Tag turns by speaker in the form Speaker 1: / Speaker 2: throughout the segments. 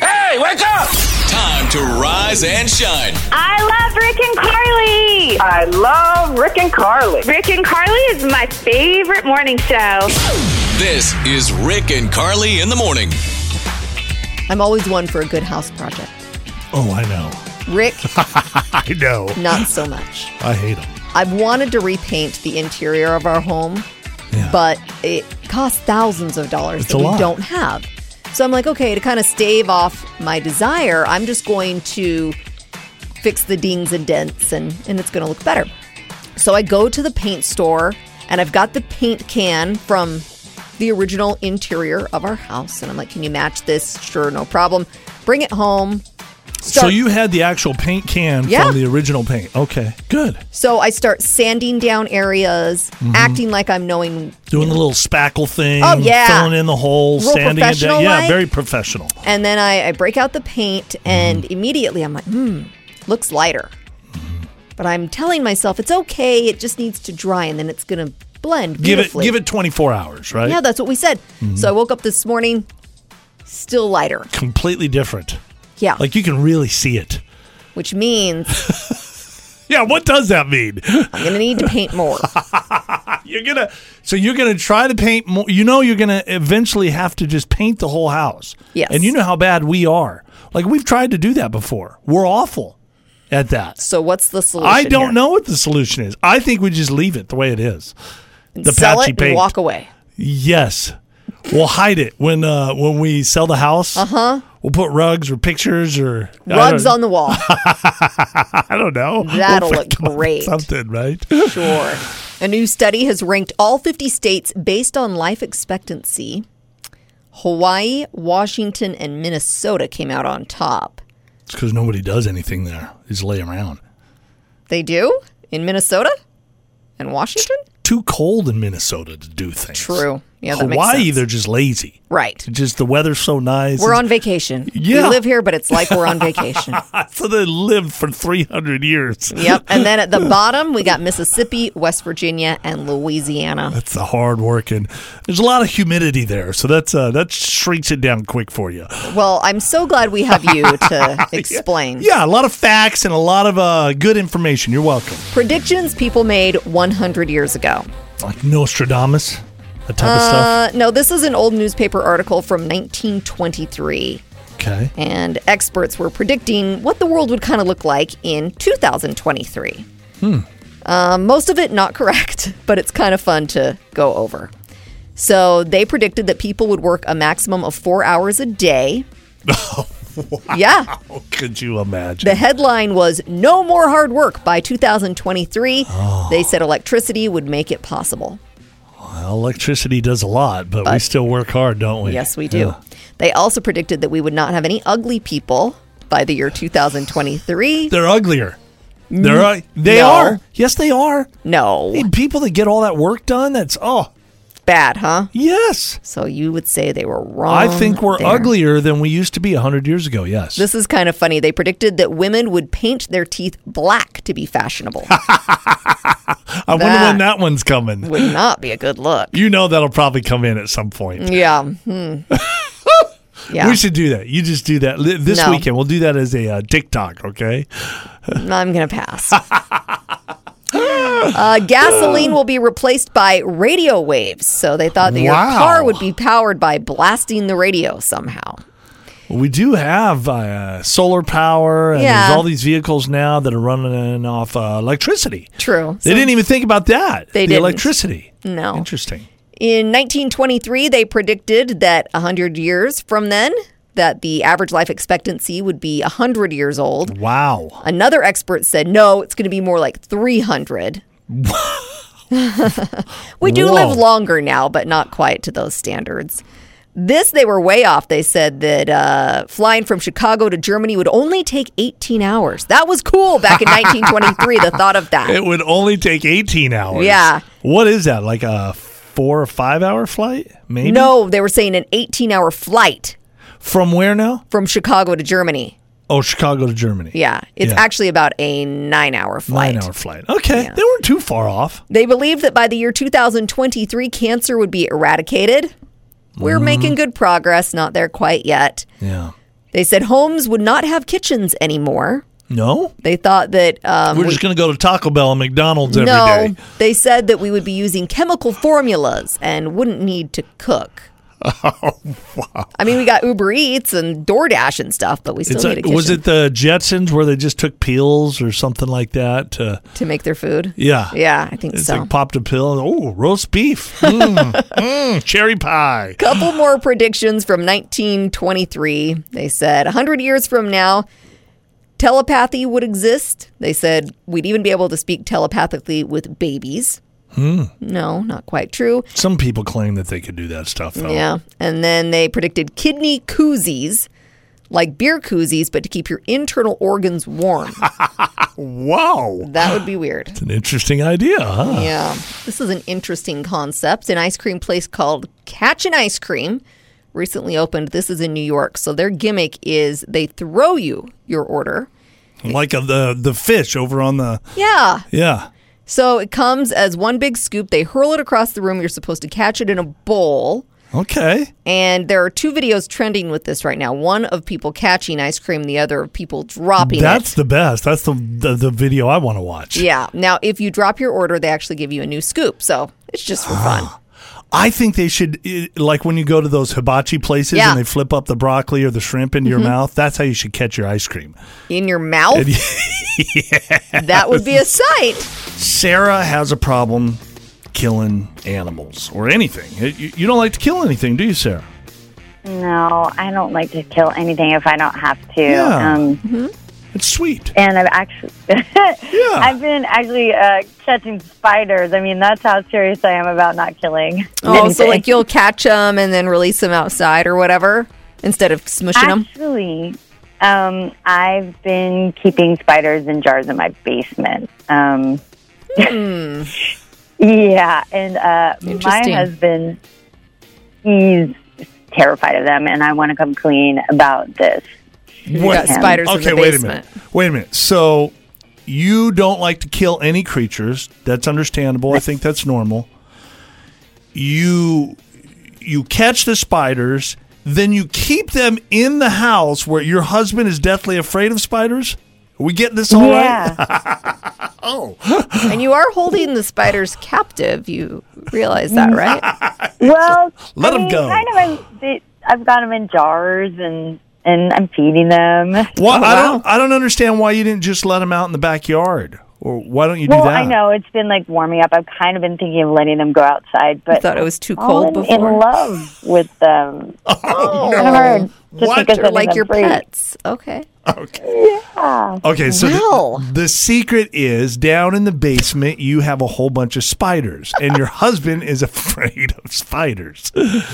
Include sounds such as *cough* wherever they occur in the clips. Speaker 1: Hey, wake up!
Speaker 2: Time to rise and shine.
Speaker 3: I love Rick and Carly.
Speaker 4: I love Rick and Carly.
Speaker 3: Rick and Carly is my favorite morning show.
Speaker 2: This is Rick and Carly in the morning.
Speaker 5: I'm always one for a good house project.
Speaker 6: Oh, I know.
Speaker 5: Rick,
Speaker 6: *laughs* I know.
Speaker 5: not so much.
Speaker 6: I hate them.
Speaker 5: I've wanted to repaint the interior of our home,
Speaker 6: Yeah.
Speaker 5: but it costs thousands of dollars
Speaker 6: It's
Speaker 5: that
Speaker 6: a
Speaker 5: we
Speaker 6: lot.
Speaker 5: don't have. So I'm like, okay, to kind of stave off my desire, I'm just going to fix the dings and dents and, and it's going to look better. So I go to the paint store and I've got the paint can from the original interior of our house. And I'm like, can you match this? Sure, no problem. Bring it home.
Speaker 6: So
Speaker 5: Start-
Speaker 6: you had the actual paint can
Speaker 5: Yeah.
Speaker 6: from the original paint. Okay, good.
Speaker 5: So I start sanding down areas,
Speaker 6: Mm-hmm.
Speaker 5: acting like I'm knowing,
Speaker 6: Doing the little spackle thing.
Speaker 5: Oh, yeah.
Speaker 6: Filling in the hole,
Speaker 5: Real
Speaker 6: sanding it down. Yeah,
Speaker 5: professional-like.
Speaker 6: very professional.
Speaker 5: and then I, I break out the paint,
Speaker 6: Mm-hmm.
Speaker 5: and immediately I'm like, hmm, looks lighter.
Speaker 6: Mm-hmm.
Speaker 5: But I'm telling myself it's okay. It just needs to dry, and then it's gonna blend
Speaker 6: Give it
Speaker 5: beautifully.
Speaker 6: give it 24 hours, right? Mm-hmm.
Speaker 5: Yeah, that's what we said. So I woke up this morning, still lighter.
Speaker 6: Completely different.
Speaker 5: Yeah,
Speaker 6: Like you can really see it.
Speaker 5: which means
Speaker 6: Yeah, what does that mean? *laughs*
Speaker 5: I'm gonna need to paint more.
Speaker 6: You're gonna so you're gonna try to paint more. You know you're gonna eventually have to just paint the whole house.
Speaker 5: Yes.
Speaker 6: And you know how bad we are. Like we've tried to do that before. We're awful at that.
Speaker 5: So what's the solution?
Speaker 6: I don't
Speaker 5: here?
Speaker 6: know what the solution is. I think we just leave it the way it is. The
Speaker 5: Sell
Speaker 6: patchy
Speaker 5: it
Speaker 6: paint.
Speaker 5: and walk away.
Speaker 6: Yes. We'll hide it when uh, when we sell the house. Uh huh. We'll put rugs or pictures or I
Speaker 5: Uh-huh. Rugs
Speaker 6: don't-
Speaker 5: on the wall.
Speaker 6: I don't know. We'll
Speaker 5: That'll look
Speaker 6: figure out
Speaker 5: great.
Speaker 6: Something right.
Speaker 5: Sure. A new study has ranked all 50 states based on life expectancy. Hawaii, Washington, and Minnesota came out on top.
Speaker 6: It's because nobody does anything there. They Just lay around.
Speaker 5: They do? In Minnesota? And Washington?
Speaker 6: Too cold in Minnesota to do things.
Speaker 5: True. Yeah, that makes
Speaker 6: Hawaii,
Speaker 5: sense.
Speaker 6: they're just lazy.
Speaker 5: Right.
Speaker 6: Just the weather's so nice.
Speaker 5: We're on vacation.
Speaker 6: Yeah.
Speaker 5: We live here, but it's like we're on
Speaker 6: *laughs*
Speaker 5: vacation.
Speaker 6: So they lived for 300 years.
Speaker 5: yep. And then at the bottom, we got Mississippi, West Virginia, and Louisiana.
Speaker 6: It's the hard working. There's a lot of humidity there, so that's uh, that shrinks it down quick for you.
Speaker 5: Well, I'm so glad we have
Speaker 6: *laughs*
Speaker 5: you to explain.
Speaker 6: Yeah, a lot of facts and a lot of uh, good information. You're welcome.
Speaker 5: Predictions people made 100 years ago.
Speaker 6: Like Nostradamus, that type of
Speaker 5: Uh, no, this is an old newspaper article from 1923,
Speaker 6: stuff. Okay.
Speaker 5: and experts were predicting what the world would kind of look like in 2023. Hmm. most of it not correct, *laughs* but it's kind of fun to go over. So they predicted that people would work a maximum of four hours a day. Yeah.
Speaker 6: Oh, could you imagine?
Speaker 5: The headline was No More Hard Work by 2023. They said electricity would make it possible.
Speaker 6: Well, electricity does a lot, but, we
Speaker 5: But-
Speaker 6: still work hard, don't we?
Speaker 5: Yes, we do.
Speaker 6: Yeah.
Speaker 5: They also predicted that we would not have any ugly people by the year 2023.
Speaker 6: They're uglier. They're u- they
Speaker 5: Mm. no.
Speaker 6: are. Yes, they are.
Speaker 5: No,
Speaker 6: Hey, people that get all that work done, that's oh,
Speaker 5: bad, huh?
Speaker 6: yes.
Speaker 5: So you would say they were wrong.
Speaker 6: I think we're
Speaker 5: there.
Speaker 6: uglier than we used to be 100 years ago, yes.
Speaker 5: This is kind of funny. They predicted that women would paint their teeth black to be
Speaker 6: *laughs*
Speaker 5: fashionable.
Speaker 6: I wonder
Speaker 5: that-
Speaker 6: when that one's coming.
Speaker 5: would not be a good look.
Speaker 6: You know that'll probably come in at some point.
Speaker 5: Yeah. Hmm.
Speaker 6: *laughs*
Speaker 5: Yeah.
Speaker 6: We should do that. You just do that Li- this
Speaker 5: No.
Speaker 6: weekend. We'll do that as a uh, TikTok, okay?
Speaker 5: I'm going to pass. Uh, gasoline will be replaced by radio waves. So they thought that your
Speaker 6: Wow.
Speaker 5: car would be powered by blasting the radio somehow.
Speaker 6: We do have uh, solar power, and
Speaker 5: Yeah.
Speaker 6: there's all these vehicles now that are running off uh, electricity.
Speaker 5: True.
Speaker 6: They
Speaker 5: So-
Speaker 6: didn't even think about that.
Speaker 5: They
Speaker 6: the
Speaker 5: didn't.
Speaker 6: electricity.
Speaker 5: No.
Speaker 6: Interesting.
Speaker 5: In 1923, they predicted that 100 years from then, that the average life expectancy would be 100 years old.
Speaker 6: Wow.
Speaker 5: Another expert said, no, it's going to be more like 300. *laughs* we do
Speaker 6: Whoa.
Speaker 5: live longer now, but not quite to those standards. This, they were way off. They said that uh, flying from Chicago to Germany would only take 18 hours. That was cool
Speaker 6: *laughs*
Speaker 5: back in 1923, the thought of that.
Speaker 6: It would only take 18 hours.
Speaker 5: Yeah.
Speaker 6: What is that? Like a four or five hour flight? Maybe?
Speaker 5: no, they were saying an 18 hour flight
Speaker 6: From where now?
Speaker 5: from Chicago to Germany.
Speaker 6: Oh, Chicago to Germany.
Speaker 5: Yeah, it's
Speaker 6: Yeah.
Speaker 5: actually about a nine hour flight.
Speaker 6: Nine hour flight. Okay.
Speaker 5: Yeah.
Speaker 6: They weren't too far off.
Speaker 5: They believe that by the year 2023, cancer
Speaker 6: Mm-hmm.
Speaker 5: would be eradicated. We're making good progress, not there quite yet.
Speaker 6: Yeah.
Speaker 5: They said homes would not have kitchens anymore.
Speaker 6: No,
Speaker 5: They thought that um,
Speaker 6: we're
Speaker 5: we-
Speaker 6: just going to go to Taco Bell and McDonald's every day.
Speaker 5: no, they said that we would be using chemical formulas and wouldn't need to
Speaker 6: *laughs*
Speaker 5: cook. Oh wow! I mean, we got Uber Eats and DoorDash and stuff, but we still
Speaker 6: It's
Speaker 5: need a
Speaker 6: like,
Speaker 5: kitchen
Speaker 6: was it the Jetsons where they just took pills or something like that? To,
Speaker 5: to make their food.
Speaker 6: yeah,
Speaker 5: yeah, I think
Speaker 6: It's
Speaker 5: so.
Speaker 6: like popped a pill. and, Oh, roast
Speaker 5: *laughs*
Speaker 6: beef, Mm, mm, cherry pie.
Speaker 5: couple more predictions from 1923. They said 100 years from now, telepathy would exist. They said we'd even be able to speak telepathically with babies. No, not quite true.
Speaker 6: Some people claim that they could do that stuff though.
Speaker 5: Yeah. And then they predicted kidney koozies, like beer koozies, but to keep your internal organs warm.
Speaker 6: Wow,
Speaker 5: that would be weird.
Speaker 6: it's an interesting idea, huh?
Speaker 5: Yeah. This is an interesting concept. An ice cream place called Catch an Ice Cream recently opened. This is in New York. So their gimmick is they throw you your order.
Speaker 6: Like a, the the fish over on the
Speaker 5: Yeah.
Speaker 6: yeah.
Speaker 5: So it comes as one big scoop. They hurl it across the room. You're supposed to catch it in a bowl.
Speaker 6: Okay,
Speaker 5: And there are two videos trending with this right now. One of people catching ice cream, the other of people dropping
Speaker 6: that's
Speaker 5: it.
Speaker 6: the best. That's the the, the video I want to watch.
Speaker 5: Yeah. Now, if you drop your order, they actually give you a new scoop. So it's just for fun.
Speaker 6: I think they should eh, like when you go to those hibachi places
Speaker 5: Yeah.
Speaker 6: and they flip up the broccoli or the shrimp into your mouth. That's how you should catch your ice cream.
Speaker 5: In your
Speaker 6: *laughs*
Speaker 5: mouth? That would be a sight.
Speaker 6: Sarah has a problem killing animals or anything. Eh, You, you don't like to kill anything, do you, Sarah?
Speaker 1: No, I don't like to kill anything if I don't have to.
Speaker 6: Yeah.
Speaker 1: Um,
Speaker 6: It's sweet.
Speaker 1: and I've actually, *laughs*
Speaker 4: Ah.
Speaker 1: I've been actually uh, catching spiders. I mean, that's how serious I am about not killing.
Speaker 5: Oh, so
Speaker 1: anything.
Speaker 5: like you'll catch them and then release them outside or whatever instead of smushing them.
Speaker 1: actually, um, I've been keeping spiders in jars in my basement. Um,
Speaker 6: Hmm.
Speaker 1: *laughs* yeah, and uh, my
Speaker 5: Interesting.
Speaker 1: husband, he's terrified of them, and I want to come clean about this.
Speaker 5: You got spiders in
Speaker 6: Okay,
Speaker 5: the
Speaker 6: wait a
Speaker 5: basement.
Speaker 6: minute. Wait a minute. So you don't like to kill any creatures. That's understandable. I think that's normal. You you catch the spiders, then you keep them in the house where your husband is deathly afraid of spiders. Are we getting this all right?
Speaker 1: yeah.
Speaker 5: And you are holding the spiders captive. You realize
Speaker 1: Mm.
Speaker 5: that, right?
Speaker 1: Well,
Speaker 6: *laughs* Let
Speaker 1: I
Speaker 6: 'em
Speaker 1: mean,
Speaker 6: go.
Speaker 1: Kind of, I'm- they, I've got them in jars and and I'm feeding them.
Speaker 6: What I don't I don't understand why you didn't just let them out in the backyard, or why don't you do
Speaker 1: Well,
Speaker 6: that?
Speaker 1: I know it's been like warming up. I've kind of been thinking of letting them go outside, but
Speaker 5: Thought it
Speaker 1: *laughs*
Speaker 5: was too
Speaker 1: all
Speaker 5: cold
Speaker 1: Oh, in,
Speaker 5: before.
Speaker 1: in love with them.
Speaker 5: Oh,
Speaker 1: Kind of hard. Just
Speaker 6: What?
Speaker 1: because I
Speaker 5: They're like
Speaker 1: live
Speaker 5: your
Speaker 1: free.
Speaker 5: pets.
Speaker 6: *laughs*
Speaker 5: Okay.
Speaker 6: Okay, so the-
Speaker 5: Wow.
Speaker 6: the, secret is down in the basement, you have a whole bunch of spiders,
Speaker 5: *laughs*
Speaker 6: and your husband is afraid of spiders.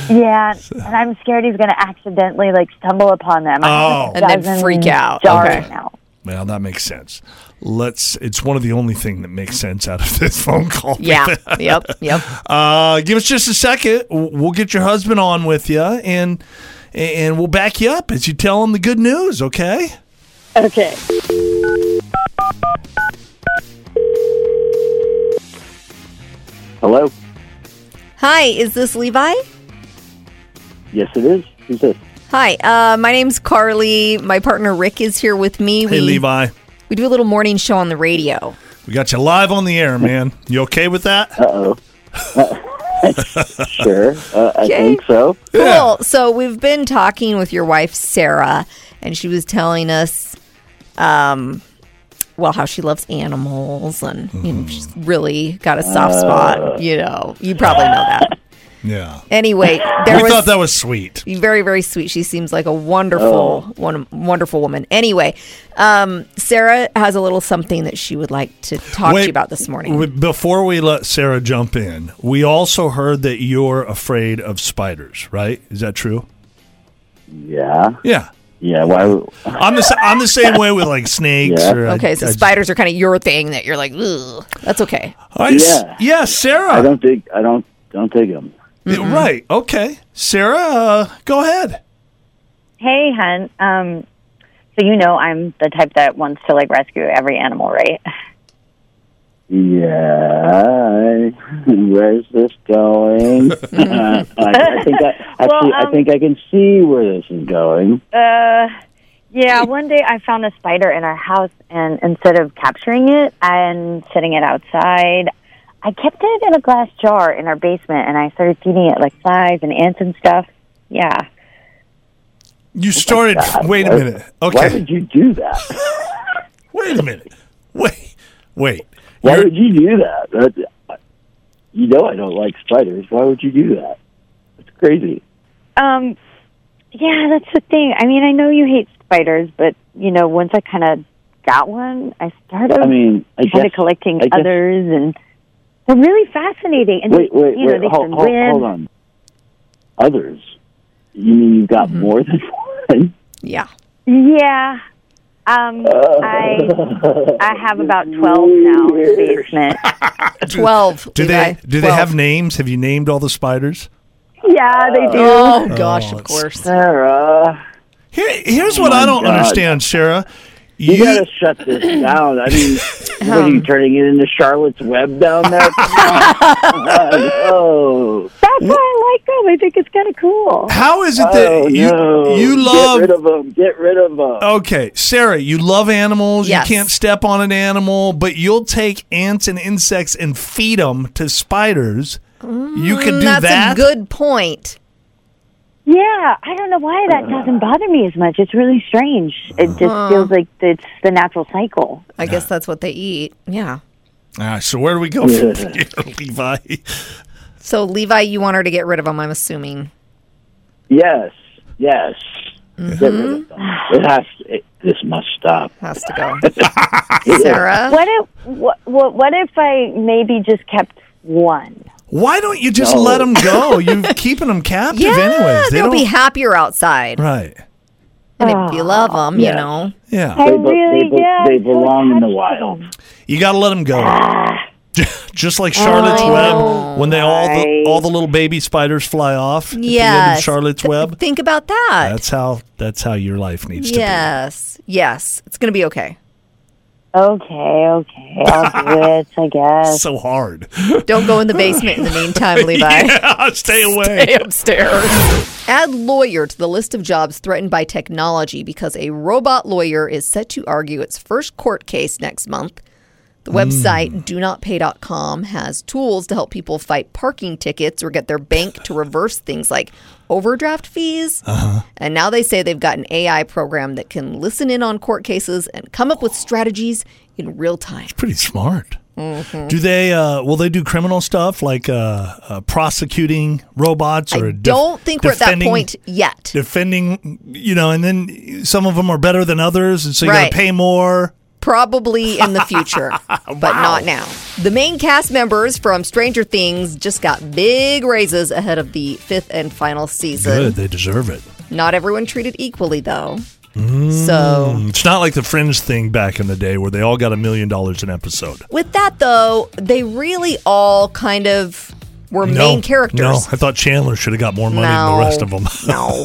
Speaker 1: Yeah, and I'm scared he's going to accidentally like stumble upon them. I have
Speaker 6: Oh.
Speaker 1: a
Speaker 5: And then
Speaker 1: dozen
Speaker 5: freak out.
Speaker 1: Jars
Speaker 5: Okay.
Speaker 1: now.
Speaker 6: Well, that makes sense. Let's. It's one of the only thing that makes sense out of this *laughs* phone call.
Speaker 5: Yeah. yep. Yep.
Speaker 6: Uh, give us just a second. W- We'll get your husband on with you, and and we'll back you up as you tell him the good news. Okay.
Speaker 1: Okay.
Speaker 7: Hello.
Speaker 5: Hi, is this Levi?
Speaker 7: Yes, it is. Who's this?
Speaker 5: Hi, uh, my name's Carly. My partner Rick is here with me.
Speaker 6: Hey, Levi.
Speaker 5: We do a little morning show on the radio.
Speaker 6: We got you live on the air, man. You okay with that?
Speaker 5: Uh,
Speaker 7: Sure. Uh, I
Speaker 5: Okay.
Speaker 7: think so.
Speaker 5: Cool. So we've been talking with your wife Sarah, and she was telling us, um, well, how she loves animals, and you
Speaker 6: Mm-hmm.
Speaker 5: know, she's really got a soft
Speaker 6: Uh.
Speaker 5: spot. You know, you probably know that.
Speaker 6: yeah. *laughs*
Speaker 5: Anyway, there
Speaker 6: we
Speaker 5: was
Speaker 6: thought that was sweet.
Speaker 5: very very sweet. She seems like a
Speaker 6: Oh.
Speaker 5: wonderful one, wonderful woman. Anyway, um, Sarah has a little something that she would like to talk to you about this morning.
Speaker 6: w- Before we let Sarah jump in, we also heard that you're afraid of spiders, right? Is that true?
Speaker 7: Yeah.
Speaker 6: Yeah.
Speaker 7: Yeah. Why? would-
Speaker 6: I'm the sa- I'm the same way with like snakes.
Speaker 7: Yeah.
Speaker 6: Or I-
Speaker 5: okay, so
Speaker 6: I-
Speaker 5: spiders are kind of your thing that you're like, Ugh. that's okay.
Speaker 6: All right, s-
Speaker 7: Yeah.
Speaker 6: yeah, Sarah.
Speaker 7: I don't Mm-hmm. think I don't don't take them.
Speaker 6: Right. Okay. Sarah, uh, go ahead.
Speaker 1: Hey, hun. Um, so you know I'm the type that wants to like rescue every animal, right?
Speaker 7: Yeah. *laughs* Where's this
Speaker 6: *laughs*
Speaker 7: going? *laughs* I, I think I actually, I
Speaker 1: um,
Speaker 7: think I can see where this is going.
Speaker 1: Uh, *laughs* yeah, one day I found a spider in our house, and instead of capturing it and setting it outside, I kept it in a glass jar in our basement, and I started feeding it like flies and ants and stuff. Yeah.
Speaker 6: You started. Wait a
Speaker 7: *laughs* Why-
Speaker 6: minute.
Speaker 7: Why
Speaker 6: Okay.
Speaker 7: would you do that?
Speaker 6: *laughs* Wait a minute. Wait. Wait.
Speaker 7: Why
Speaker 6: You're-
Speaker 7: would you do that? that? You know I don't like spiders. Why would you do that? It's crazy.
Speaker 1: Um, yeah, that's the thing. I mean, I know you hate spiders, but you know, once I kind of got one, I started
Speaker 7: I mean, I
Speaker 1: kind
Speaker 7: guess.
Speaker 1: of collecting
Speaker 7: I guess-
Speaker 1: others, and they're really fascinating. And
Speaker 7: Wait, wait,
Speaker 1: you know,
Speaker 7: wait.
Speaker 1: they
Speaker 7: Hold,
Speaker 1: can
Speaker 7: hold,
Speaker 1: live.
Speaker 7: hold on. Others. You mean you've got
Speaker 6: Mm-hmm.
Speaker 7: more than *laughs* one?
Speaker 5: Yeah.
Speaker 1: Yeah. Um, I I have about
Speaker 7: *laughs*
Speaker 1: twelve now in the basement.
Speaker 5: 12.
Speaker 6: Do
Speaker 5: Levi.
Speaker 6: they do they
Speaker 5: 12.
Speaker 6: have names? Have you named all the spiders?
Speaker 1: yeah, they do.
Speaker 5: Oh, gosh,
Speaker 6: Oh,
Speaker 5: of
Speaker 6: it's-
Speaker 5: course.
Speaker 7: Sarah,
Speaker 6: Here, here's what I don't
Speaker 7: Oh God.
Speaker 6: understand, Sarah. You,
Speaker 7: you gotta shut this down. I
Speaker 6: *laughs*
Speaker 7: mean, what
Speaker 6: Um.
Speaker 7: are you turning it into Charlotte's Web down there? oh,
Speaker 1: That's why I like them. I think it's kind of cool.
Speaker 6: how is it that
Speaker 7: oh
Speaker 6: you
Speaker 7: no!
Speaker 6: you love?
Speaker 7: Get rid of them. Get rid of them.
Speaker 6: okay, Sarah, you love animals.
Speaker 5: Yes.
Speaker 6: You can't step on an animal, but you'll take ants and insects and feed them to spiders. you can do
Speaker 5: Mm, That's
Speaker 6: that.
Speaker 5: a good point.
Speaker 1: Yeah, I don't know why
Speaker 7: Uh.
Speaker 1: that doesn't bother me as much. It's really strange. It just feels like it's the natural cycle.
Speaker 5: I guess that's what they eat. Yeah.
Speaker 6: Ah, so where do we go from here, *laughs* Levi?
Speaker 5: So, Levi, you want her to get rid of them, I'm assuming.
Speaker 7: Yes, yes. Get rid
Speaker 6: Mm-hmm.
Speaker 7: of them. It has. It, this must stop.
Speaker 5: Has to
Speaker 6: *laughs*
Speaker 5: go. Sarah?
Speaker 1: What if what what, what if I maybe just kept one?
Speaker 6: Why don't you just
Speaker 7: No.
Speaker 6: let 'em let them go? You're keeping them captive,
Speaker 5: Yeah,
Speaker 6: anyways. They
Speaker 5: they'll
Speaker 6: don't
Speaker 5: be happier outside.
Speaker 6: right.
Speaker 5: And if you love them,
Speaker 7: Yes.
Speaker 5: you know.
Speaker 6: Yeah.
Speaker 1: I
Speaker 7: They be-
Speaker 1: really
Speaker 7: they be-
Speaker 1: yeah,
Speaker 7: they
Speaker 1: I'm so
Speaker 7: belong in the
Speaker 1: attached to
Speaker 7: wild.
Speaker 1: them.
Speaker 6: You got to let them go. *laughs* Just like Charlotte's
Speaker 5: Oh,
Speaker 6: Web, when they all the, all the little baby spiders fly off. at the end of
Speaker 5: Yes.
Speaker 6: Charlotte's
Speaker 5: Th-
Speaker 6: Web.
Speaker 5: Think about that.
Speaker 6: That's how that's how your life needs
Speaker 5: yes. Yes. It's going to be okay.
Speaker 1: Okay, okay,
Speaker 7: *laughs*
Speaker 1: I'll do it. I
Speaker 6: to be.
Speaker 1: guess.
Speaker 6: So hard.
Speaker 5: Don't go in the basement in the meantime,
Speaker 6: *laughs*
Speaker 5: Levi.
Speaker 6: yeah, stay away. *laughs*
Speaker 5: Stay upstairs. Add lawyer to the list of jobs threatened by technology because a robot lawyer is set to argue its first court case next month. The
Speaker 6: Hmm.
Speaker 5: website donotpay.com has tools to help people fight parking tickets or get their bank to reverse things like overdraft fees.
Speaker 6: Uh-huh.
Speaker 5: And now they say they've got an AI program that can listen in on court cases and come up with strategies in real time.
Speaker 6: Pretty smart.
Speaker 5: Mm-hmm.
Speaker 6: Do they? Uh, will they do criminal stuff like uh, uh, prosecuting robots or
Speaker 5: I
Speaker 6: def-
Speaker 5: don't think we're at that
Speaker 6: defending-
Speaker 5: point yet.
Speaker 6: Defending, you know, and then some of them are better than others, and so you
Speaker 5: Right.
Speaker 6: got to pay more.
Speaker 5: Probably in the
Speaker 6: *laughs*
Speaker 5: future, but not now. The main cast members from Stranger Things just got big raises ahead of the fifth and final season.
Speaker 6: Good, they deserve it.
Speaker 5: Not everyone treated equally, though.
Speaker 6: Mm.
Speaker 5: So,
Speaker 6: It's not like the Fringe thing back in the day where they all got a million dollars an episode.
Speaker 5: with that, though, they really all kind of were main characters.
Speaker 6: No, I thought Chandler should have got more money than the rest of *laughs* them.
Speaker 5: no.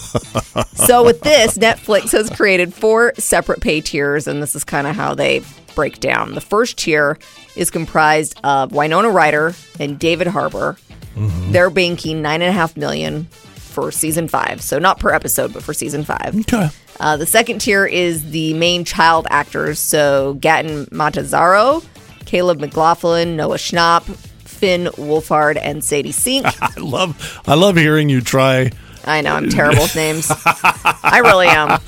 Speaker 5: So with this, Netflix has created four separate pay tiers, and this is kind of how they break down. The first tier is comprised of Winona Ryder and David Harbour.
Speaker 6: Mm-hmm.
Speaker 5: They're banking nine and a half million for season five, so not per episode, but for season five.
Speaker 6: okay.
Speaker 5: Uh, the second tier is the main child actors, so Gaten Matazzaro, Caleb McLaughlin, Noah Schnapp, Finn Wolfhard, and Sadie Sink.
Speaker 6: I love I love hearing you try.
Speaker 5: I know I'm terrible with
Speaker 6: *laughs*
Speaker 5: names. I really am.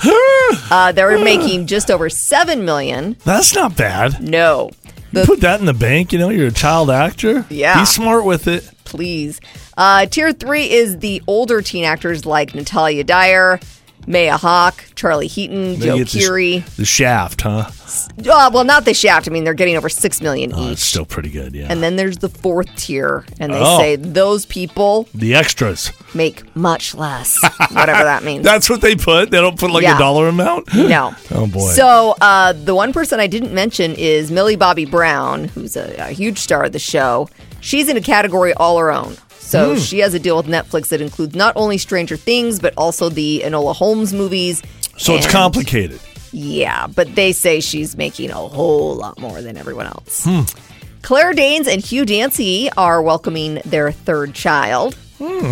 Speaker 5: Uh, they were making just over seven million.
Speaker 6: That's not bad.
Speaker 5: No,
Speaker 6: You put that in the bank, you know, you're a child actor.
Speaker 5: Yeah.
Speaker 6: Be smart with it.
Speaker 5: please. Uh, tier three is the older teen actors like Natalia Dyer, Maya Hawke, Charlie Heaton,
Speaker 6: Then
Speaker 5: Joe
Speaker 6: you get the sh-
Speaker 5: Keery.
Speaker 6: The, shaft, huh?
Speaker 5: Uh, well, not the Shaft. I mean, they're getting over six million
Speaker 6: Oh,
Speaker 5: each.
Speaker 6: it's still pretty good, yeah.
Speaker 5: And then there's the fourth tier, and they
Speaker 6: Oh.
Speaker 5: say those people
Speaker 6: the extras.
Speaker 5: make much less, whatever
Speaker 6: *laughs*
Speaker 5: that means.
Speaker 6: That's what they put. They don't put like
Speaker 5: Yeah.
Speaker 6: a dollar amount. *gasps*
Speaker 5: No.
Speaker 6: *laughs* Oh, boy.
Speaker 5: So uh, the one person I didn't mention is Millie Bobby Brown, who's a, a huge star of the show. She's in a category all her own.
Speaker 6: Hmm.
Speaker 5: So she has a deal with Netflix that includes not only Stranger Things but also the Enola Holmes movies.
Speaker 6: So it's
Speaker 5: And-
Speaker 6: complicated.
Speaker 5: Yeah, but they say she's making a whole lot more than everyone else. Claire Danes and Hugh Dancy are welcoming their third child.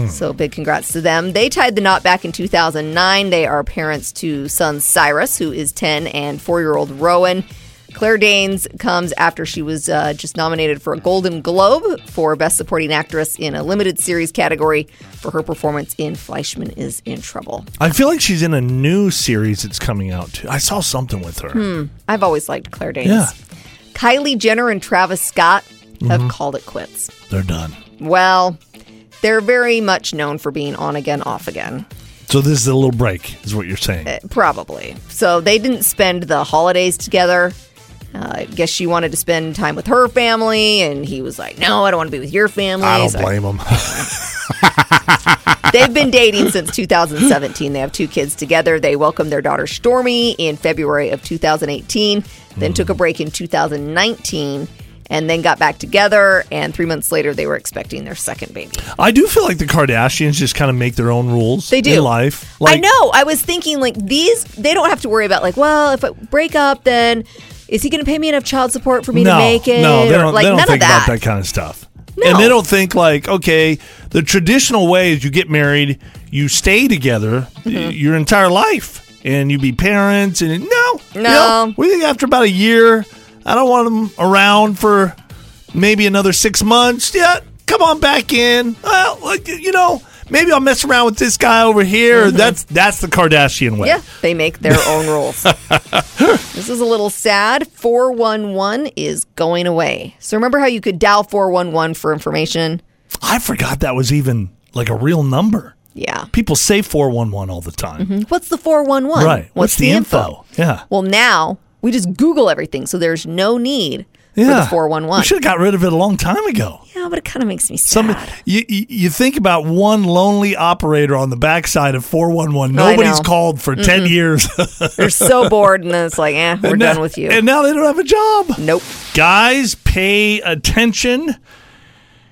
Speaker 5: So big congrats to them. They tied the knot back in 2009. They are parents to son Cyrus, who is 10, and four year old Rowan. Claire Danes comes after she was uh, just nominated for a Golden Globe for Best Supporting Actress in a Limited Series category for her performance in Fleischman is in Trouble.
Speaker 6: I feel like she's in a new series that's coming out too. I saw something with her.
Speaker 5: Hmm. I've always liked Claire Danes.
Speaker 6: Yeah.
Speaker 5: Kylie Jenner and Travis Scott
Speaker 6: Mm-hmm.
Speaker 5: have called it quits.
Speaker 6: They're done.
Speaker 5: Well, they're very much known for being on again, off again,
Speaker 6: So this is a little break, is what you're saying.
Speaker 5: probably. So they didn't spend the holidays together. Uh, I guess she wanted to spend time with her family, and he was like, "No, I don't want to be with your family."
Speaker 6: I don't
Speaker 5: So
Speaker 6: blame them.
Speaker 5: They've been dating since 2017. They have two kids together. They welcomed their daughter Stormy in February of 2018,
Speaker 6: Mm.
Speaker 5: then took a break in 2019, and then got back together. And three months later, they were expecting their second baby.
Speaker 6: *laughs* I do feel like the Kardashians just kind of make their own rules.
Speaker 5: They do.
Speaker 6: in life. Like,
Speaker 5: I know. I was thinking like these, they don't have to worry about like, well, if I break up, then is he going to pay me enough child support for me
Speaker 6: no,
Speaker 5: to make it?
Speaker 6: No, they
Speaker 5: Or,
Speaker 6: don't,
Speaker 5: like
Speaker 6: they don't
Speaker 5: none
Speaker 6: think
Speaker 5: of that.
Speaker 6: about that kind of stuff.
Speaker 5: No.
Speaker 6: And they don't think like, okay, the traditional way is you get married, you stay together y-
Speaker 5: Mm-hmm.
Speaker 6: your entire life, and you be parents. And no, you
Speaker 5: No.
Speaker 6: know, we think after about a year, I don't want them around for maybe another six months. Yeah, come on back in. Well, like, you know, maybe I'll mess around with this guy over here. That's that's the Kardashian way.
Speaker 5: Mm-hmm. Yeah, they make their
Speaker 6: *laughs*
Speaker 5: own rules. this is a little sad. 411 is going away. So remember how you could dial 411 for information?
Speaker 6: I forgot that was even like a real number.
Speaker 5: Yeah.
Speaker 6: People say 411 all the time.
Speaker 5: What's the 411?
Speaker 6: Right.
Speaker 5: Mm-hmm. What's, the, info?
Speaker 6: Yeah.
Speaker 5: Well, now we just Google everything, so there's no need for
Speaker 6: Yeah.
Speaker 5: the 411.
Speaker 6: We should have got rid of it a long time ago.
Speaker 5: yeah, but it kind of makes me sad.
Speaker 6: Some you, you you think about one lonely operator on the backside of 411.
Speaker 5: Oh, I
Speaker 6: Nobody's
Speaker 5: know.
Speaker 6: called for 10 years.
Speaker 5: They're
Speaker 6: *laughs*
Speaker 5: so bored, and then it's like, eh, we're
Speaker 6: And
Speaker 5: done
Speaker 6: *laughs* now-
Speaker 5: with you.
Speaker 6: And now they don't have a job.
Speaker 5: nope.
Speaker 6: Guys, pay attention.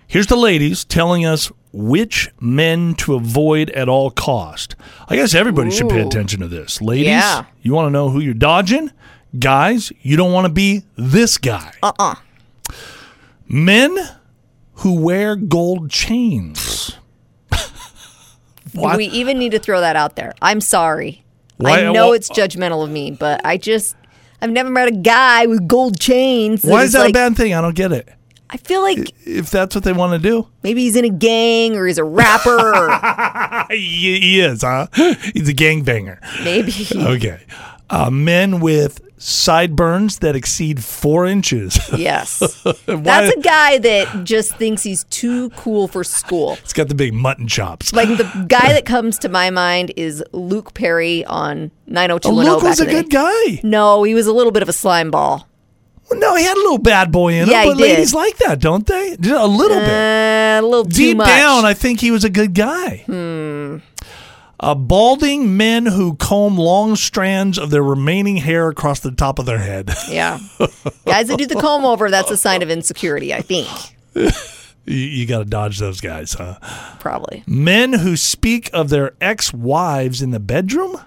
Speaker 6: Here's the ladies telling us which men to avoid at all cost. I guess everybody should pay
Speaker 5: Ooh.
Speaker 6: attention to this. Ladies,
Speaker 5: Yeah.
Speaker 6: you want to know who you're dodging? Guys, you don't want to be this guy.
Speaker 5: Uh-uh.
Speaker 6: Men who wear gold chains. Why-
Speaker 5: Do we even need to throw that out there? I'm sorry.
Speaker 6: Why-
Speaker 5: I know
Speaker 6: wha-
Speaker 5: it's judgmental of me, but I just I've never met a guy with gold chains. and
Speaker 6: Why
Speaker 5: it's
Speaker 6: is that
Speaker 5: like-
Speaker 6: a bad thing? I don't get it.
Speaker 5: I feel like
Speaker 6: If that's what they want
Speaker 5: *laughs*
Speaker 6: to do,
Speaker 5: maybe he's in a gang or he's a rapper
Speaker 6: *laughs*
Speaker 5: or
Speaker 6: he, he is, huh? *laughs* He's a gangbanger.
Speaker 5: maybe
Speaker 6: Okay. Uh, men with sideburns that exceed four inches. *laughs*
Speaker 5: yes.
Speaker 6: Why-
Speaker 5: That's a guy that just thinks he's too cool for school.
Speaker 6: It's got the big mutton chops.
Speaker 5: Like the guy that comes to my mind is Luke Perry on 90210
Speaker 6: Oh, Luke
Speaker 5: back
Speaker 6: was a
Speaker 5: in the
Speaker 6: good
Speaker 5: day.
Speaker 6: guy.
Speaker 5: No, he was a little bit of a slime ball.
Speaker 6: No, he had a little bad boy in
Speaker 5: Yeah,
Speaker 6: him,
Speaker 5: he
Speaker 6: but
Speaker 5: did.
Speaker 6: ladies like that, don't they? Just A little bit.
Speaker 5: Uh, a little too
Speaker 6: Deep
Speaker 5: much.
Speaker 6: down, I think he was a good guy. Hmm. Uh, balding men who comb long strands of their remaining hair across the top of their head. *laughs*
Speaker 5: Yeah. Guys that do the comb over, that's a sign of insecurity, I think.
Speaker 6: you you got to dodge those guys, huh?
Speaker 5: Probably.
Speaker 6: Men who speak of their ex wives in the bedroom?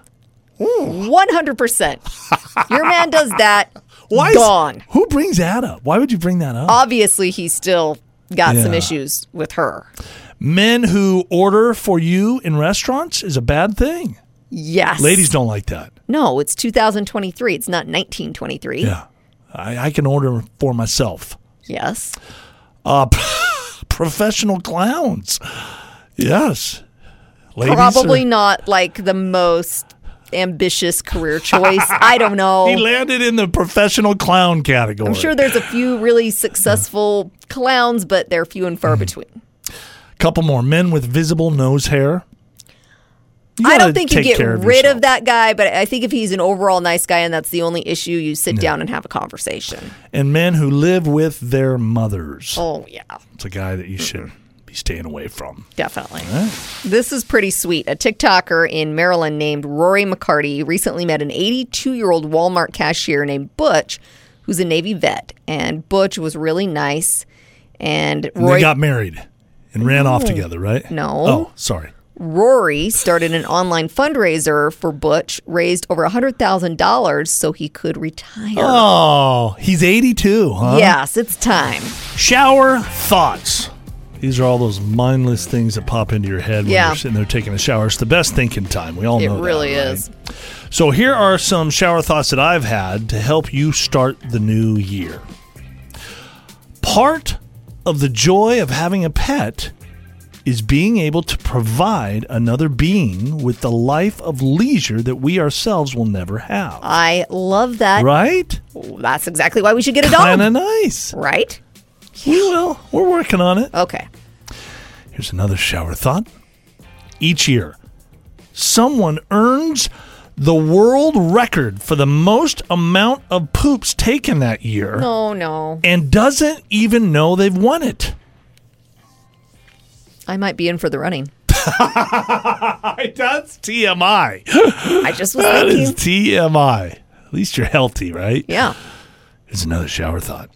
Speaker 5: 100%. Your man does that.
Speaker 6: Why? is-
Speaker 5: Gone.
Speaker 6: who brings that up? Why would you bring that up?
Speaker 5: Obviously, he's still got some
Speaker 6: Yeah.
Speaker 5: issues with her.
Speaker 6: Men who order for you in restaurants is a bad thing.
Speaker 5: Yes.
Speaker 6: Ladies don't like that.
Speaker 5: No, it's 2023. It's not 1923.
Speaker 6: Yeah. I, I can order for myself.
Speaker 5: Yes.
Speaker 6: Uh, *laughs* professional clowns. Yes. Ladies
Speaker 5: Probably
Speaker 6: are-
Speaker 5: not like the most ambitious career choice. I don't know.
Speaker 6: *laughs* He landed in the professional clown category.
Speaker 5: I'm sure there's a few really successful clowns, but they're few and
Speaker 6: Mm-hmm.
Speaker 5: far between.
Speaker 6: Couple more men with visible nose hair. You
Speaker 5: I
Speaker 6: gotta
Speaker 5: don't think you
Speaker 6: take
Speaker 5: get
Speaker 6: care of
Speaker 5: rid
Speaker 6: yourself.
Speaker 5: of that guy, but I think if he's an overall nice guy and that's the only issue, you sit down and have a conversation.
Speaker 6: And men who live with their mothers.
Speaker 5: Oh, yeah,
Speaker 6: It's a guy that you should be staying away from.
Speaker 5: definitely. This is pretty sweet. A TikToker in Maryland named Rory McCarty recently met an 82 year old Walmart cashier named Butch, who's a Navy vet. And Butch was really nice. And
Speaker 6: And
Speaker 5: Rory
Speaker 6: They got married and ran off together, right?
Speaker 5: No.
Speaker 6: Oh, sorry.
Speaker 5: Rory started an online fundraiser for Butch, raised over $100,000 so he could retire.
Speaker 6: Oh, he's 82, huh?
Speaker 5: Yes, it's time.
Speaker 6: Shower thoughts. These are all those mindless things that pop into your head when
Speaker 5: Yeah.
Speaker 6: you're sitting there taking a shower. It's the best thinking time. We all
Speaker 5: It
Speaker 6: know that,
Speaker 5: really
Speaker 6: right?
Speaker 5: is.
Speaker 6: So here are some shower thoughts that I've had to help you start the new year. Part of the joy of having a pet is being able to provide another being with the life of leisure that we ourselves will never have.
Speaker 5: I love that.
Speaker 6: Right?
Speaker 5: That's exactly why we should get a dog.
Speaker 6: Kind of nice.
Speaker 5: Right?
Speaker 6: We will. We're working on it.
Speaker 5: Okay.
Speaker 6: Here's another shower thought. Each year, someone earns the world record for the most amount of poops taken that year
Speaker 5: Oh, no.
Speaker 6: and doesn't even know they've won it.
Speaker 5: I might be in for the running.
Speaker 6: That's TMI.
Speaker 5: I just was
Speaker 6: *laughs* That is
Speaker 5: thinking.
Speaker 6: TMI. At least you're healthy, right?
Speaker 5: Yeah.
Speaker 6: Here's another shower thought.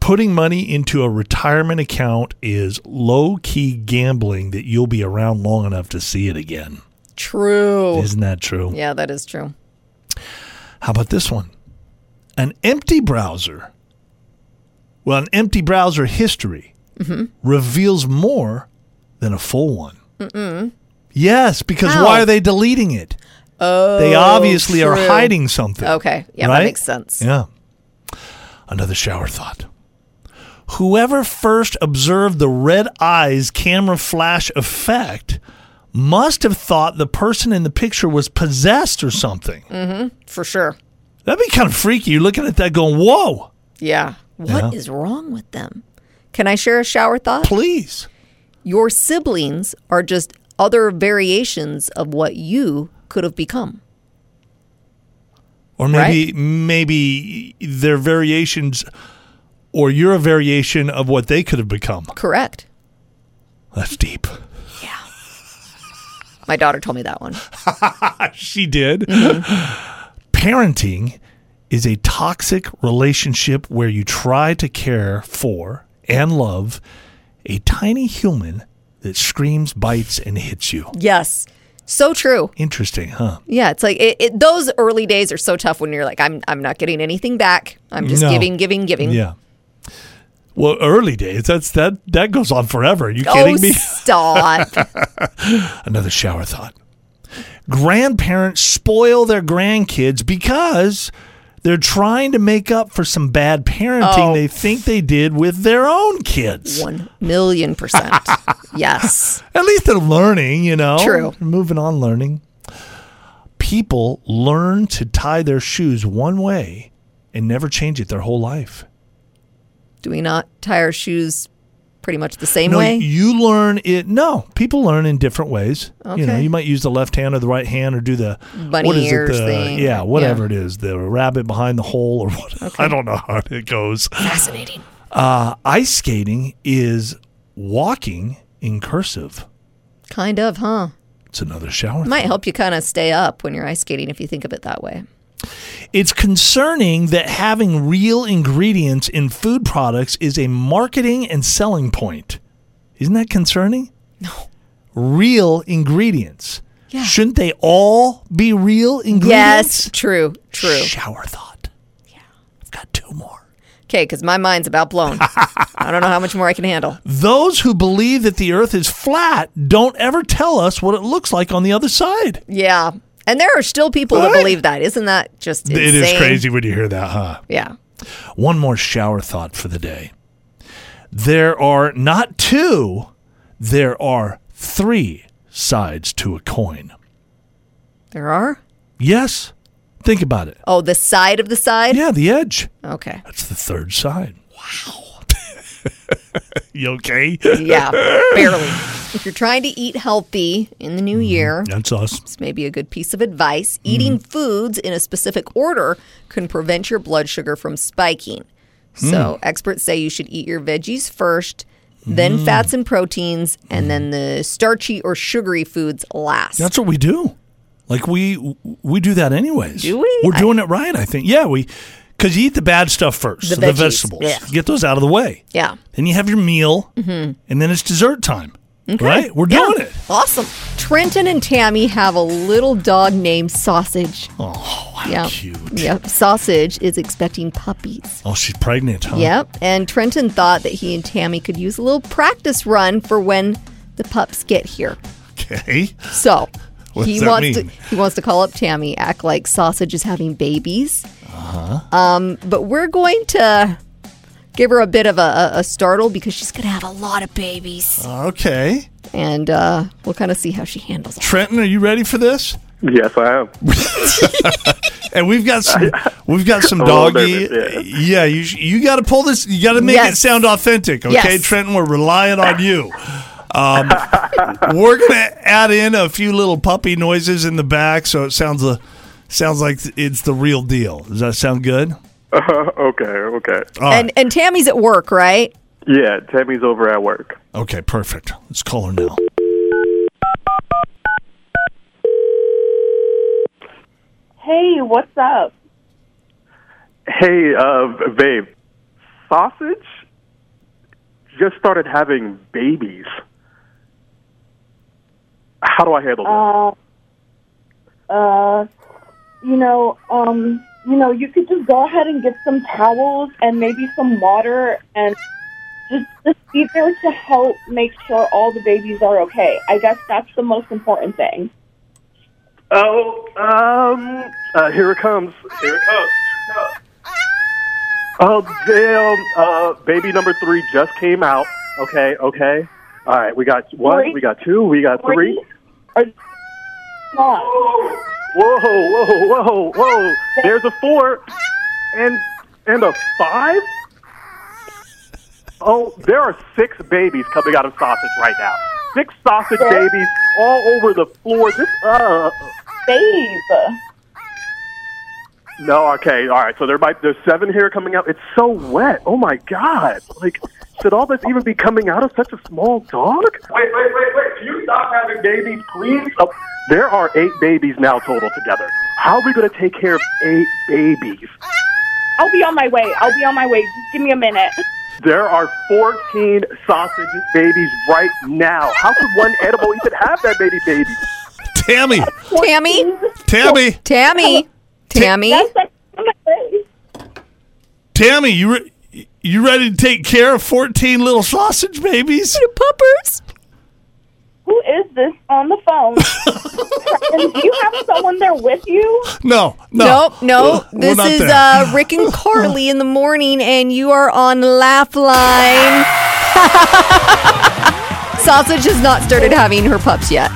Speaker 6: Putting money into a retirement account is low key gambling that you'll be around long enough to see it again.
Speaker 5: True.
Speaker 6: Isn't that true?
Speaker 5: Yeah, that is true.
Speaker 6: How about this one? An empty browser. Well, an empty browser history
Speaker 5: Mm-hmm.
Speaker 6: reveals more than a full one. Mm-mm. Yes, because
Speaker 5: How?
Speaker 6: why are they deleting it? Oh, they obviously are
Speaker 5: true.
Speaker 6: hiding something.
Speaker 5: Okay. Yeah, that
Speaker 6: right?
Speaker 5: makes sense.
Speaker 6: Yeah. Another shower thought. Whoever first observed the red eyes camera flash effect must have thought the person in the picture was possessed or something.
Speaker 5: For sure.
Speaker 6: That'd be kind of freaky. You're looking at that going, whoa,
Speaker 5: Yeah. What is
Speaker 6: Yeah.
Speaker 5: wrong with them? Can I share a shower thought?
Speaker 6: please.
Speaker 5: Your siblings are just other variations of what you could have become.
Speaker 6: Or maybe maybe they're variations or you're a variation of what they could have become.
Speaker 5: Correct.
Speaker 6: That's deep. *laughs*
Speaker 5: My daughter told me that one.
Speaker 6: She did. Parenting is a toxic relationship where you try to care for and love a tiny human that screams, bites, and hits you.
Speaker 5: Yes. So true.
Speaker 6: Interesting, huh?
Speaker 5: Yeah, it's like it, it, those early days are so tough when you're like, I'm, I'm not getting anything back. I'm just
Speaker 6: No.
Speaker 5: giving, giving, giving.
Speaker 6: Yeah. Well, early days. That's that that goes on forever. Are you
Speaker 5: Oh, *laughs*
Speaker 6: kidding me? *laughs*
Speaker 5: stop.
Speaker 6: Another shower thought. Grandparents spoil their grandkids because they're trying to make up for some bad parenting
Speaker 5: Oh.
Speaker 6: they think they did with their own kids.
Speaker 5: One million percent. Yes.
Speaker 6: At least they're learning, you know.
Speaker 5: True.
Speaker 6: They're moving on learning. People learn to tie their shoes one way and never change it their whole life.
Speaker 5: Do we not tie our shoes pretty much the same
Speaker 6: No,
Speaker 5: way?
Speaker 6: you learn it. No, people learn in different ways. You know,
Speaker 5: Okay.
Speaker 6: you might use the left hand or the right hand or do the
Speaker 5: Bunny
Speaker 6: what is
Speaker 5: ears
Speaker 6: it, the,
Speaker 5: thing.
Speaker 6: Yeah, whatever
Speaker 5: Yeah.
Speaker 6: it is, the rabbit behind the hole or *laughs* what. I don't know how it goes.
Speaker 5: Fascinating.
Speaker 6: Uh, ice skating is walking in cursive.
Speaker 5: Kind of, huh?
Speaker 6: It's another shower.
Speaker 5: Might
Speaker 6: thought.
Speaker 5: help you kind of stay up when you're ice skating if you think of it that way.
Speaker 6: It's concerning that having real ingredients in food products is a marketing and selling point. Isn't that concerning? No. Real ingredients.
Speaker 5: Yeah.
Speaker 6: Shouldn't they all be real
Speaker 5: Yes,
Speaker 6: ingredients?
Speaker 5: true, true.
Speaker 6: Shower thought. Yeah. I've got two more.
Speaker 5: Okay, because my mind's about blown.
Speaker 6: *laughs*
Speaker 5: I don't know how much more I can handle.
Speaker 6: Those who believe that the earth is flat don't ever tell us what it looks like on the other side.
Speaker 5: Yeah. And there are still people that
Speaker 6: Right?
Speaker 5: believe that. Isn't that just insane?
Speaker 6: It is crazy when you hear that, huh?
Speaker 5: Yeah.
Speaker 6: One more shower thought for the day. There are not two, there are three sides to a coin.
Speaker 5: There are?
Speaker 6: Yes, think about it.
Speaker 5: Oh, the side of the side?
Speaker 6: Yeah, the edge.
Speaker 5: Okay.
Speaker 6: That's the third side. Wow. *laughs* you okay?
Speaker 5: Yeah, barely. If you're trying to eat healthy in the new
Speaker 6: Mm-hmm.
Speaker 5: year,
Speaker 6: That's us.
Speaker 5: This may be a good piece of advice.
Speaker 6: Mm-hmm.
Speaker 5: Eating foods in a specific order can prevent your blood sugar from spiking. So,
Speaker 6: Hmm.
Speaker 5: experts say you should eat your veggies first, then
Speaker 6: Mm.
Speaker 5: fats and proteins, and then the starchy or sugary foods last.
Speaker 6: That's what we do. Like we we do that anyways.
Speaker 5: Do we?
Speaker 6: We're doing it right, I think. Yeah, we because you eat the bad stuff first,
Speaker 5: The
Speaker 6: so the
Speaker 5: veggies,
Speaker 6: vegetables.
Speaker 5: yeah.
Speaker 6: Get those out of the way.
Speaker 5: yeah.
Speaker 6: Then you have your meal, and then it's dessert time. Right? We're
Speaker 5: Mm-hmm. Yeah.
Speaker 6: doing it.
Speaker 5: Awesome. Trenton and Tammy have a little dog named Sausage. Oh, how yep.
Speaker 6: cute.
Speaker 5: Yep. Sausage is expecting puppies.
Speaker 6: Oh, she's pregnant, huh?
Speaker 5: Yep. And Trenton thought that he and Tammy could use a little practice run for when the pups get here.
Speaker 6: Okay.
Speaker 5: So
Speaker 6: What
Speaker 5: he
Speaker 6: does that
Speaker 5: wants
Speaker 6: mean?
Speaker 5: to he wants to call up Tammy, act like sausage is having babies. Uh-huh. Um, but we're going to give her a bit of a, a, a startle because she's going to have a lot of
Speaker 6: Uh-huh.
Speaker 5: babies,
Speaker 6: Okay.
Speaker 5: and uh, we'll kind of see how she handles it.
Speaker 6: Trenton, are you ready for this?
Speaker 8: Yes, I am. *laughs*
Speaker 6: And we've got some, we've got some
Speaker 8: I'm a little
Speaker 6: doggy.
Speaker 8: nervous,
Speaker 6: yeah. you sh- you got to pull this. You got to make it
Speaker 5: Yes.
Speaker 6: sound authentic. Okay,
Speaker 5: Yes.
Speaker 6: Trenton, we're relying on you. Um, *laughs* we're gonna add in a few little puppy noises in the back, so it sounds a, sounds like it's the real deal. Does that sound good?
Speaker 8: okay, okay.
Speaker 5: And and Tammy's at work, right?
Speaker 8: Yeah, Tammy's over at work.
Speaker 6: Okay, perfect. Let's call her now.
Speaker 4: Hey, what's up?
Speaker 8: Hey, uh, babe, sausage just started having babies. How do I handle this?
Speaker 4: Uh, uh, you know, um, you know, you could just go ahead and get some towels and maybe some water and just just be there to help make sure all the babies are okay. I guess that's the most important thing.
Speaker 8: Oh, um, uh, here it comes. Here it comes. Oh damn! Uh, baby number three just came out. Okay, okay. All right, we got one,
Speaker 4: Three.
Speaker 8: we got two, we got three.
Speaker 4: Or, come on.
Speaker 8: Whoa, whoa, whoa, whoa! There's a four, and and a five. Oh, there are six babies coming out of sausage right now. Six sausage babies all over the floor. This uh,
Speaker 4: Babe.
Speaker 8: No, okay, all right. So there might there's seven here coming out. It's so wet. Oh my god! Like, should all this even be coming out of such a small dog? Wait, wait, wait, wait! Can you stop having babies, please? Oh, there are eight babies now total together. How are we going to take care of eight babies?
Speaker 4: I'll be on my way. I'll be on my way. Just give me a minute.
Speaker 8: There are fourteen sausage babies right now. How could one animal even have that many babies?
Speaker 6: Tammy,
Speaker 5: Tammy,
Speaker 6: Tammy,
Speaker 5: Tammy, Tammy.
Speaker 4: Yes, I'm on my way.
Speaker 6: Tammy, you re- you ready to take care of fourteen little sausage babies?
Speaker 5: Puppers.
Speaker 4: Who is this on the phone? And Do you have someone there with you?
Speaker 6: No, no,
Speaker 5: No, no.
Speaker 6: We're
Speaker 5: This
Speaker 6: not
Speaker 5: is
Speaker 6: there.
Speaker 5: uh, Rick and Carly in the morning, and you are on laugh line. *laughs* Sausage has not started having her pups yet.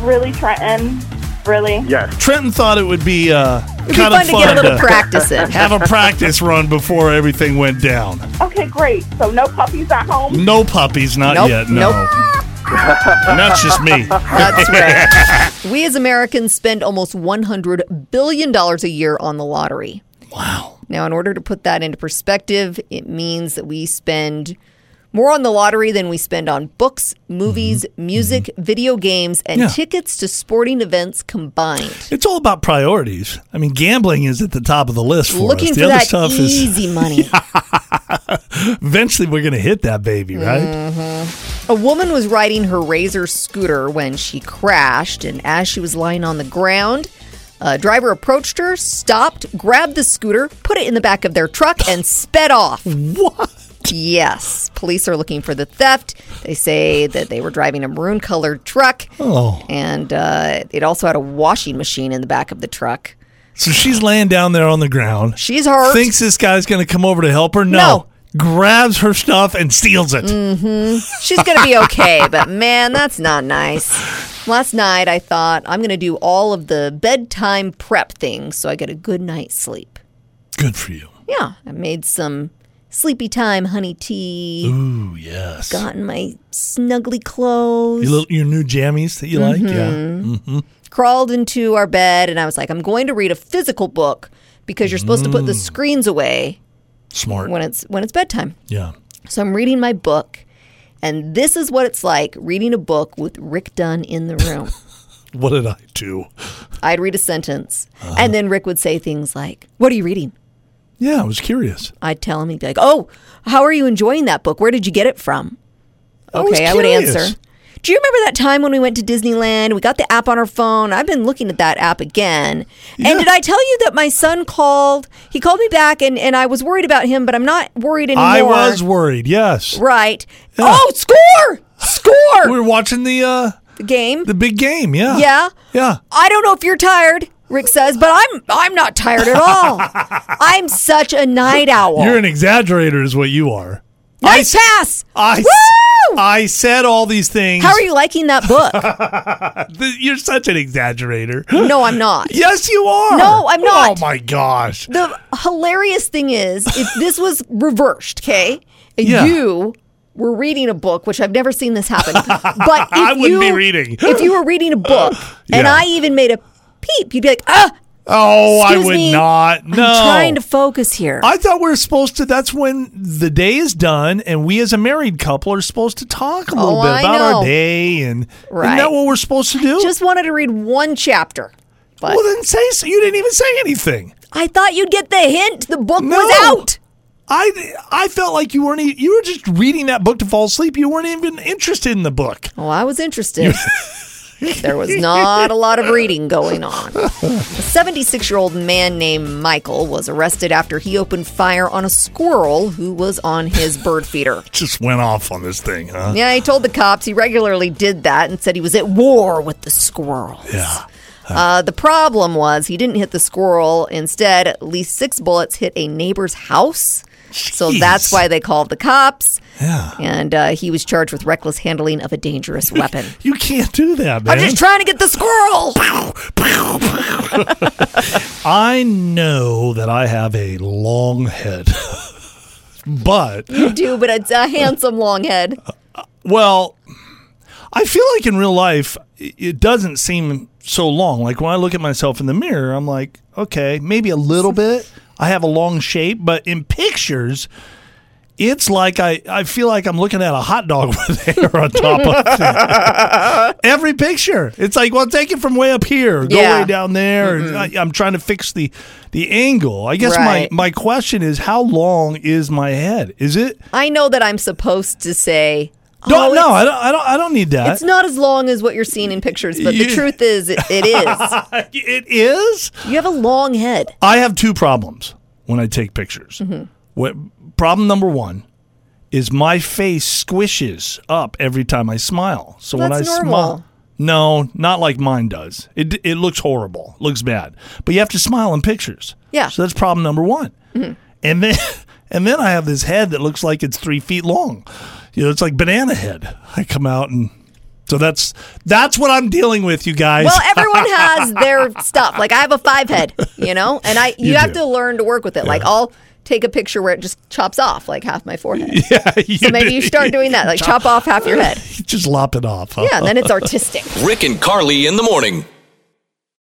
Speaker 4: Really, Trenton? Really?
Speaker 8: Yes.
Speaker 6: Trenton thought it would be uh, kind
Speaker 5: It'd be fun
Speaker 6: of
Speaker 5: to get a little
Speaker 6: to
Speaker 5: practice in.
Speaker 6: *laughs* have a practice run before everything went down.
Speaker 4: Okay, great. So no puppies at home.
Speaker 6: No puppies, not
Speaker 5: Nope,
Speaker 6: yet. No,
Speaker 5: nope.
Speaker 6: and that's just me.
Speaker 5: That's right. we as Americans spend almost $100 billion a year on the lottery. Wow. Now, in order to put that into perspective, it means that we spend more on the lottery than we spend on books, movies, music, video games, and
Speaker 6: Yeah.
Speaker 5: tickets to sporting events combined.
Speaker 6: It's all about priorities. I mean, gambling is at the top of the list for
Speaker 5: Looking
Speaker 6: us. The
Speaker 5: for
Speaker 6: other
Speaker 5: that E-
Speaker 6: stuff is *laughs*
Speaker 5: easy money.
Speaker 6: eventually we're going to hit that baby, right?
Speaker 5: Mm. A woman was riding her Razor scooter when she crashed, and as she was lying on the ground, a driver approached her, stopped, grabbed the scooter, put it in the back of their truck,
Speaker 6: *laughs*
Speaker 5: and sped off.
Speaker 6: What?
Speaker 5: Yes, police are looking for the theft. They say that they were driving a maroon colored truck,
Speaker 6: Oh,
Speaker 5: and uh, it also had a washing machine in the back of the truck.
Speaker 6: so she's laying down there on the ground.
Speaker 5: She's hurt.
Speaker 6: thinks this guy's going to come over to help her. No. Grabs her stuff and steals it.
Speaker 5: Mm. She's going to be okay, but man, that's not nice. Last night I thought I'm going to do all of the bedtime prep things so I get a good night's sleep.
Speaker 6: Good for you.
Speaker 5: Yeah, I made some sleepy time honey tea,
Speaker 6: Ooh, yes.
Speaker 5: gotten my snuggly clothes,
Speaker 6: Your, little, your new jammies that you like?
Speaker 5: Mm-hmm.
Speaker 6: Yeah.
Speaker 5: crawled into our bed, and I was like, I'm going to read a physical book because you're supposed to put the screens away
Speaker 6: Smart.
Speaker 5: when it's when it's bedtime.
Speaker 6: yeah.
Speaker 5: So I'm reading my book, and this is what it's like reading a book with Rick Dunn in the room.
Speaker 6: What did I do?
Speaker 5: I'd read a sentence, and then Rick would say things like, "What are you reading?"
Speaker 6: Yeah, I was curious.
Speaker 5: I'd tell him, he'd be like, "Oh, how are you enjoying that book? Where did you get it from?"
Speaker 6: was
Speaker 5: Okay, I, would
Speaker 6: curious.
Speaker 5: answer. Do you remember that time when we went to Disneyland? We got the app on our phone. I've been looking at that app again.
Speaker 6: Yeah.
Speaker 5: And did I tell you that my son called? He called me back and, and I was worried about him, but I'm not worried anymore.
Speaker 6: I was worried. Yes,
Speaker 5: Right. Oh, score! Score!
Speaker 6: we were watching the uh,
Speaker 5: the game.
Speaker 6: the big game. Yeah,
Speaker 5: yeah.
Speaker 6: yeah.
Speaker 5: I don't know if you're tired, Rick says, but I'm I'm not tired at
Speaker 6: *laughs*
Speaker 5: all. I'm such a night owl.
Speaker 6: You're an exaggerator, is what you are.
Speaker 5: nice pass.
Speaker 6: I s-
Speaker 5: Woo!
Speaker 6: I said all these things.
Speaker 5: How are you liking that book?
Speaker 6: Th- You're such an exaggerator.
Speaker 5: no, I'm not.
Speaker 6: Yes, *laughs* you are.
Speaker 5: No, I'm not.
Speaker 6: Oh my gosh.
Speaker 5: The hilarious thing is, if this was reversed, okay, and
Speaker 6: Yeah.
Speaker 5: you were reading a book, which I've never seen this
Speaker 6: *laughs*
Speaker 5: happen, but if
Speaker 6: I wouldn't
Speaker 5: you,
Speaker 6: be reading.
Speaker 5: If you were reading a
Speaker 6: *gasps*
Speaker 5: book and
Speaker 6: Yeah.
Speaker 5: I even made a peep, you'd be like, ah,
Speaker 6: Oh,
Speaker 5: excuse
Speaker 6: I would
Speaker 5: me,
Speaker 6: not. No.
Speaker 5: I'm trying to focus here.
Speaker 6: I thought we were supposed to. That's when the day is done, and we as a married couple are supposed to talk a little
Speaker 5: Oh,
Speaker 6: bit
Speaker 5: I
Speaker 6: about
Speaker 5: know.
Speaker 6: our day, and isn't
Speaker 5: Right.
Speaker 6: that what we're supposed to do?
Speaker 5: Just wanted to read one chapter. But
Speaker 6: well, then say so. You didn't even say anything.
Speaker 5: I thought you'd get the hint. The book
Speaker 6: No.
Speaker 5: was out.
Speaker 6: I I felt like you weren't. e- You were just reading that book to fall asleep. You weren't even interested in the book.
Speaker 5: Well, Oh, I was
Speaker 6: *laughs*
Speaker 5: interested. there was not a lot of reading going on. A 76 year old man named Michael was arrested after he opened fire on a squirrel who was on his bird feeder.
Speaker 6: Just went off on this thing, huh?
Speaker 5: Yeah, he told the cops he regularly did that and said he was at war with the squirrels.
Speaker 6: Yeah.
Speaker 5: Uh, the problem was he didn't hit the squirrel. Instead, at least six bullets hit a neighbor's house. So
Speaker 6: Jeez.
Speaker 5: that's why they called the cops.
Speaker 6: Yeah.
Speaker 5: And uh, he was charged with reckless handling of a *laughs* dangerous weapon.
Speaker 6: You can't do that,
Speaker 5: I'm
Speaker 6: man.
Speaker 5: just trying to get the *laughs* squirrel.
Speaker 6: I know that I have a long head, *laughs* but
Speaker 5: You do, but it's a handsome long head.
Speaker 6: well, I feel like in real life i- it doesn't seem so long. Like when I look at myself in the mirror, I'm like, okay, maybe
Speaker 5: *laughs*
Speaker 6: a little bit. I have a long shape, but in pictures, it's like I, I feel like I'm looking at a hot dog *laughs* with hair on top of
Speaker 5: *laughs*
Speaker 6: it. Every picture, it's like, well, take it from way up here, go
Speaker 5: Yeah.
Speaker 6: way down there. I, am trying to fix the the angle. I guess
Speaker 5: Right.
Speaker 6: my my question is, how long is my head? Is it?
Speaker 5: I know that I'm supposed to say.
Speaker 6: No,
Speaker 5: "Oh,
Speaker 6: no,
Speaker 5: it's-
Speaker 6: I don't, I don't. I don't need that.
Speaker 5: It's not as long as what you're seeing in pictures, but the
Speaker 6: You-
Speaker 5: truth is, it, it is. *laughs*
Speaker 6: it is.
Speaker 5: You have a long head.
Speaker 6: I have two problems when I take pictures.
Speaker 5: Mm-hmm.
Speaker 6: What, problem number one is my face squishes up every time I smile. So when I
Speaker 5: That's normal.
Speaker 6: smile, no, not like mine does. It it looks horrible, looks bad. But you have to smile in pictures.
Speaker 5: Yeah. Mm-hmm.
Speaker 6: So that's problem number one. And then *laughs* and then I have this head that looks like it's three feet long. You know, it's like banana head. I come out and. So that's that's what I'm dealing with, you guys.
Speaker 5: *laughs* Well, everyone has their stuff. Like I have a five head, you know, and I you,
Speaker 6: You
Speaker 5: have
Speaker 6: do.
Speaker 5: to learn to work with it. Like I'll take a picture where it just chops off like half my forehead. *laughs*
Speaker 6: *laughs* yeah, you
Speaker 5: So maybe
Speaker 6: do.
Speaker 5: you start doing *laughs* that, like chop off half your head.
Speaker 6: *laughs* just lop it off. huh?
Speaker 5: Yeah, and then it's artistic.
Speaker 2: Rick and Carly in the morning.